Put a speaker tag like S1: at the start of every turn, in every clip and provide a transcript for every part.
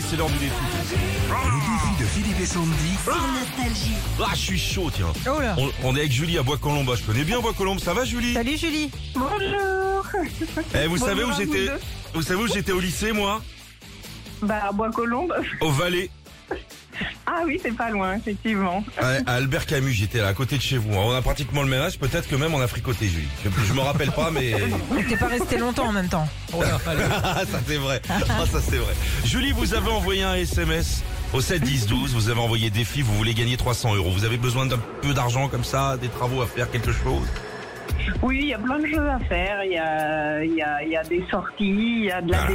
S1: c'est l'heure du défi.
S2: Le défi de Philippe et Sandy.
S3: Nostalgie.
S1: Ah, je suis chaud, tiens.
S4: Oh là.
S1: On, on est avec Julie à Bois-Colombes. Ah, Je connais bien Bois-Colombes. Ça va, Julie
S4: Salut Julie.
S5: Bonjour
S1: Eh, vous
S5: Bonjour
S1: savez où
S5: à vous
S1: j'étais
S5: deux.
S1: Vous savez où j'étais au lycée, moi
S5: Bah, à Bois-Colombes.
S1: Au Valais.
S5: Ah oui, c'est pas loin, effectivement.
S1: À, à Albert Camus, j'étais là, à côté de chez vous. On a pratiquement le même âge, peut-être que même on a fricoté, Julie. Je, je me rappelle pas, mais
S4: Donc t'es pas resté longtemps en même temps.
S1: Ah, ça c'est vrai. Ah, ça c'est vrai. Julie, vous avez envoyé un SMS au 7 10 12. Vous avez envoyé défi. Vous voulez gagner 300 euros. Vous avez besoin d'un peu d'argent comme ça, des travaux à faire, quelque chose.
S5: Oui, il y a plein de choses à faire. Il y a, il y, a, il y a des sorties, il y a de la
S1: Voilà.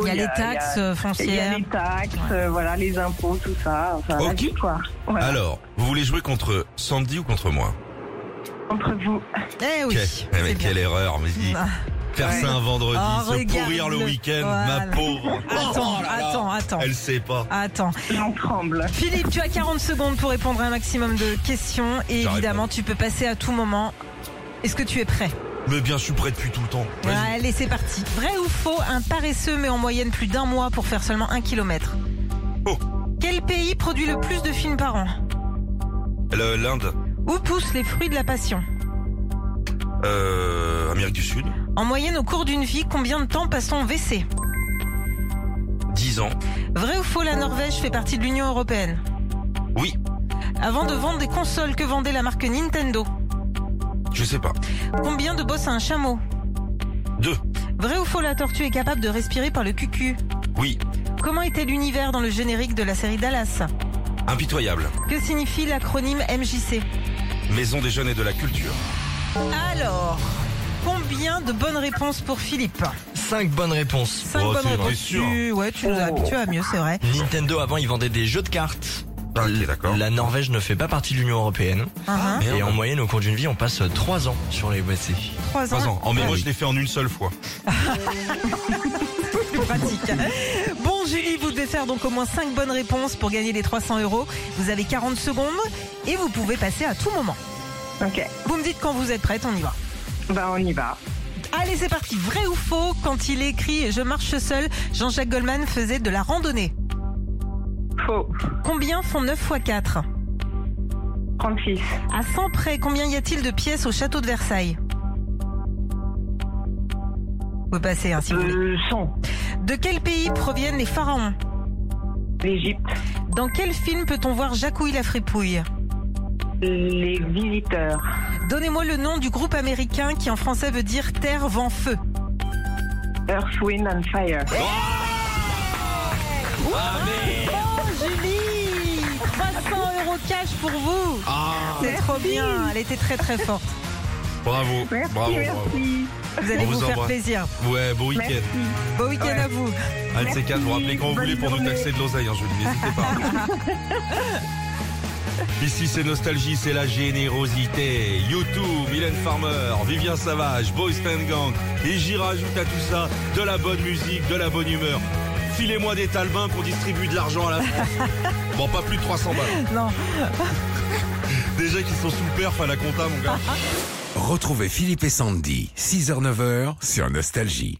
S4: Ah. Il y a les
S5: il
S4: taxes
S5: y
S4: euh,
S5: a- Il y a
S4: foncières.
S5: les taxes, euh, voilà, les impôts, tout ça. Enfin, la
S1: Ok.
S5: vie, quoi. Voilà.
S1: Alors, vous voulez jouer contre Sandy ou contre moi
S5: Entre vous.
S4: Eh
S1: Quel- Eh,
S4: oui.
S1: mais
S4: c'est bien. Ah,
S1: quelle erreur, mais dis, faire
S5: Ouais.
S1: ça un vendredi,
S4: Oh,
S1: se pourrir
S4: regarde-le.
S1: le week-end, ma
S4: Voilà.
S1: pauvre.
S4: Attends,
S1: Oh là là.
S4: attends, attends.
S1: Elle sait pas.
S4: Attends.
S5: J'en tremble.
S4: Philippe, tu as 40 secondes pour répondre à un maximum de questions et
S1: J'arrête
S4: évidemment, tu peux passer à tout moment. Est-ce que tu es prêt
S1: Mais bien, je suis prêt depuis tout le temps. Vas-y.
S4: Allez, c'est parti. Vrai ou faux, un paresseux met en moyenne plus d'un mois pour faire seulement un kilomètre.
S1: Oh.
S4: Quel pays produit le plus de films par an
S1: Le- L'Inde,
S4: Où poussent les fruits de la passion
S1: euh, Amérique du Sud,
S4: En moyenne, au cours d'une vie, combien de temps passe-t-on en WC
S1: 10 ans.
S4: Vrai ou faux, la Norvège fait partie de l'Union Européenne
S1: Oui,
S4: Avant de vendre des consoles, que vendait la marque Nintendo
S1: je sais pas.
S4: Combien de bosses a un chameau
S1: 2,
S4: Vrai ou faux, la tortue est capable de respirer par le cucu
S1: oui,
S4: Comment était l'univers dans le générique de la série Dallas
S1: impitoyable.
S4: Que signifie l'acronyme MJC
S1: Maison des jeunes et de la culture.
S4: Alors, combien de bonnes réponses pour Philippe
S6: 5 bonnes réponses.
S4: 5
S1: Oh,
S4: bonnes
S1: c'est
S4: réponses.
S1: sûr.
S4: Tu- Ouais, tu nous as habitués à mieux, c'est vrai.
S6: Nintendo avant ils vendaient des jeux de cartes.
S1: Ah, ok, d'accord.
S6: La Norvège ne fait pas partie de l'Union Européenne.
S4: Hein, hein,
S1: Merde.
S6: Et en moyenne au cours d'une vie on passe 3 ans sur les WC.
S4: Trois
S1: Trois ans. Oh, mais moi, je l'ai fait en une seule fois.
S4: plus pratique. Bon, Julie, vous devez faire donc au moins 5 bonnes réponses pour gagner les 300 euros. Vous avez 40 secondes et vous pouvez passer à tout moment.
S5: Ok,
S4: Vous me dites quand vous êtes prête, on y va.
S5: bah on y va.
S4: Allez, c'est parti. Vrai ou faux, quand il écrit Je marche seul, Jean-Jacques Goldman faisait de la randonnée.
S5: Faux.
S4: Combien font 9 x 4
S5: 36.
S4: À 100 près, combien y a-t-il de pièces au château de Versailles Vous pouvez passer, hein, si vous voulez.
S5: Euh, 100.
S4: De quel pays proviennent les pharaons
S5: L'Égypte.
S4: Dans quel film peut-on voir Jacouille la fripouille
S5: Les visiteurs.
S4: Donnez-moi le nom du groupe américain qui en français veut dire terre, vent, feu.
S5: Earth, Wind and Fire.
S1: Ah,
S4: Bon, Julie 300 euros cash pour vous Ah, C'est trop bien, elle était très très forte.
S1: Ah, Bravo,
S5: Merci,
S1: bravo, bravo.
S5: merci.
S4: Vous allez
S1: On
S4: vous,
S1: vous
S4: faire
S1: embrasse.
S4: plaisir.
S1: Ouais, bon week-end.
S5: Merci.
S4: Bon week-end
S5: Ouais.
S4: à vous.
S1: Un de ces quatre, vous rappelez quand vous
S5: Bonne
S1: voulez pour nous
S5: journée.
S1: taxer de l'oseille, hein, Julie, n'hésitez pas. Ici, c'est nostalgie, c'est la générosité. YouTube, Mylène Farmer, Vivien Savage, Boys Stand Gang. Et j'y rajoute à tout ça de la bonne musique, de la bonne humeur. Filez-moi des talbins pour distribuer de l'argent à la France. Bon, pas plus de 300 balles.
S4: Non.
S1: Déjà qu'ils sont sous le perf à la compta, mon gars.
S2: Retrouvez Philippe et Sandy, 6h-9h sur Nostalgie.